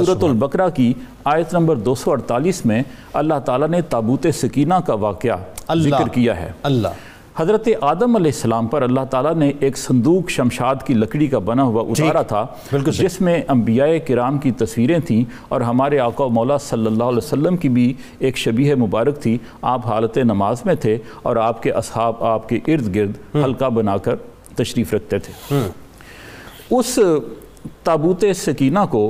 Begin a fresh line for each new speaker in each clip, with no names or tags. سورت البقرہ کی آیت نمبر دو سو اڑتالیس میں اللہ تعالیٰ نے تابوت سکینہ کا واقعہ
اللہ
ذکر کیا ہے
اللہ
حضرت آدم علیہ السلام پر اللہ تعالیٰ نے ایک صندوق شمشاد کی لکڑی کا بنا ہوا اتارا تھا
جی، بالکل صحیح۔
جس میں انبیاء کرام کی تصویریں تھیں اور ہمارے آقا و مولا صلی اللہ علیہ وسلم کی بھی ایک شبیہ مبارک تھی آپ حالت نماز میں تھے اور آپ کے اصحاب آپ کے ارد گرد حلقہ بنا کر تشریف رکھتے تھے اس تابوت سکینہ کو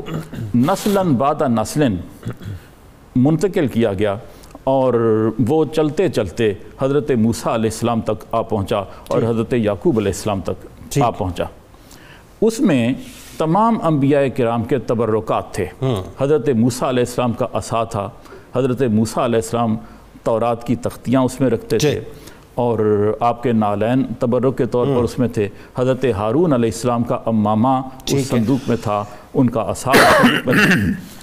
نسلاً بعد نسلاً منتقل کیا گیا اور وہ چلتے چلتے حضرت موسیٰ علیہ السلام تک آ پہنچا اور حضرت یعقوب علیہ السلام تک آ پہنچا اس میں تمام انبیاء کرام کے تبرکات تھے حضرت موسیٰ علیہ السلام کا عصا تھا حضرت موسیٰ علیہ السلام تورات کی تختیاں اس میں رکھتے تھے اور آپ کے نالین تبرک کے طور پر اس میں تھے حضرت ہارون علیہ السلام کا امامہ اس صندوق میں تھا ان کا عصا اس صندوق میں تھا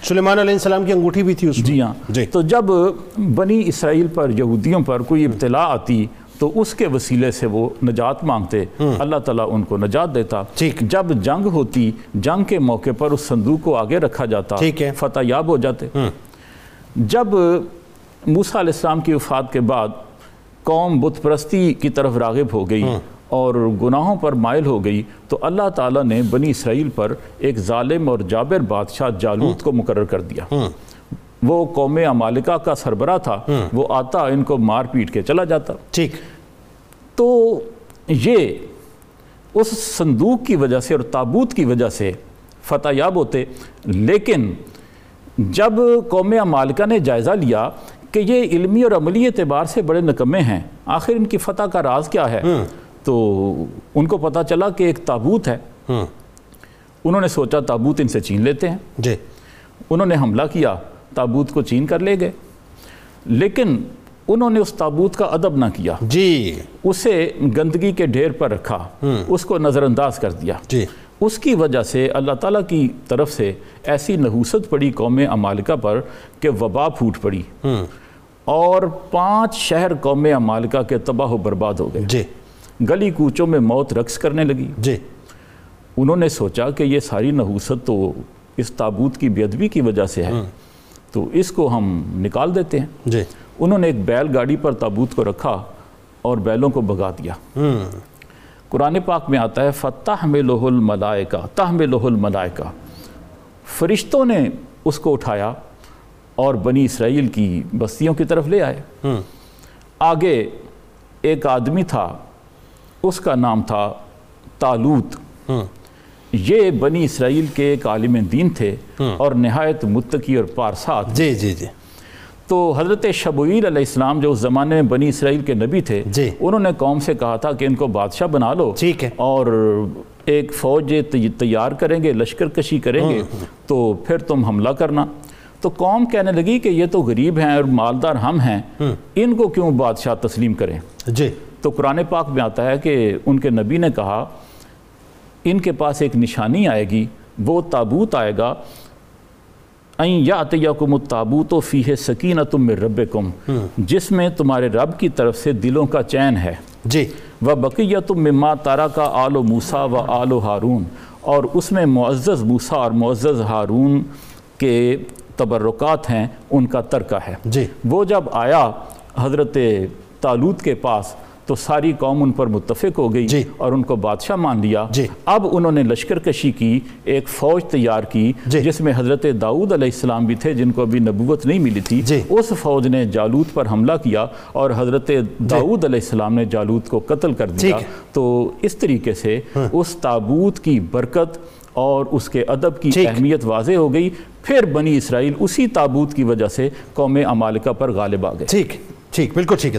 سلیمان علیہ السلام کی انگوٹھی بھی تھی اس میں
جی ہاں
جی
تو جب بنی اسرائیل پر یہودیوں پر کوئی ابتلا آتی تو اس کے وسیلے سے وہ نجات مانگتے اللہ تعالیٰ ان کو نجات دیتا جب جنگ ہوتی جنگ کے موقع پر اس صندوق کو آگے رکھا جاتا فتح یاب ہو جاتے جب موسیٰ علیہ السلام کی وفات کے بعد قوم بت پرستی کی طرف راغب ہو گئی اور گناہوں پر مائل ہو گئی تو اللہ تعالیٰ نے بنی اسرائیل پر ایک ظالم اور جابر بادشاہ جالوت کو مقرر کر دیا وہ قوم امالکہ کا سربراہ تھا وہ آتا ان کو مار پیٹ کے چلا جاتا
ٹھیک
تو یہ اس صندوق کی وجہ سے اور تابوت کی وجہ سے فتح یاب ہوتے لیکن جب قوم امالکہ نے جائزہ لیا کہ یہ علمی اور عملی اعتبار سے بڑے نکمے ہیں آخر ان کی فتح کا راز کیا ہے تو ان کو پتہ چلا کہ ایک تابوت ہے انہوں نے سوچا تابوت ان سے چھین لیتے ہیں
جی
انہوں نے حملہ کیا تابوت کو چھین کر لے گئے لیکن انہوں نے اس تابوت کا ادب نہ کیا
جی
اسے گندگی کے ڈھیر پر رکھا اس کو نظر انداز کر دیا
جی
اس کی وجہ سے اللہ تعالیٰ کی طرف سے ایسی نحوست پڑی قوم امالکہ پر کہ وبا پھوٹ پڑی اور پانچ شہر قوم امالکہ کے تباہ و برباد ہو گئے
جی
گلی کوچوں میں موت رقص کرنے لگی
جی
انہوں نے سوچا کہ یہ ساری نحوست تو اس تابوت کی بے ادبی کی وجہ سے ہے تو اس کو ہم نکال دیتے ہیں
جی
انہوں نے ایک بیل گاڑی پر تابوت کو رکھا اور بیلوں کو بھگا دیا قرآن پاک میں آتا ہے فتح میں لوہ الملائکہ تہ میں لوہ الملائکہ فرشتوں نے اس کو اٹھایا اور بنی اسرائیل کی بستیوں کی طرف لے آئے آگے ایک آدمی تھا اس کا نام تھا تالوت یہ بنی اسرائیل کے ایک عالم دین تھے اور نہایت متقی اور پارسا تھے
جی جی جی
تو حضرت شبویل علیہ السلام جو اس زمانے میں بنی اسرائیل کے نبی تھے
جی۔
انہوں نے قوم سے کہا تھا کہ ان کو بادشاہ بنا لو
ٹھیک ہے۔
اور ایک فوج تی- تیار کریں گے لشکر کشی کریں گے تو پھر تم حملہ کرنا تو قوم کہنے لگی کہ یہ تو غریب ہیں اور مالدار ہم ہیں ان کو کیوں بادشاہ تسلیم کریں
جی
تو قرآن پاک میں آتا ہے کہ ان کے نبی نے کہا ان کے پاس ایک نشانی آئے گی وہ تابوت آئے گا این یاتیکم التابوت فیہ سکینۃ من ربکم جس میں تمہارے رب کی طرف سے دلوں کا چین ہے
جی
و بقیت مما تارا کا آل و موسا و آل و ہارون اور اس میں معزز موسا اور معزز ہارون کے تبرکات ہیں ان کا ترکہ ہے
جی
وہ جب آیا حضرت تالوت کے پاس تو ساری قوم ان پر متفق ہو
جی۔
گئی اور ان کو بادشاہ مان لیا
جی۔
اب انہوں نے لشکر کشی کی ایک فوج تیار کی
جی۔
جس میں حضرت داؤد علیہ السلام بھی تھے جن کو ابھی نبوت نہیں ملی تھی
جی۔
اس فوج نے جالوت پر حملہ کیا اور حضرت داؤد علیہ السلام نے جالوت کو قتل کر دیا
ٹھیک ہاں۔ ہے۔
تو اس طریقے سے اس تابوت کی برکت اور اس کے ادب کی
ٹھیک۔
اہمیت واضح ہو گئی پھر بنی اسرائیل اسی تابوت کی وجہ سے قوم امالکہ پر غالب آ گئے
ٹھیک ٹھیک بالکل ٹھیک ہے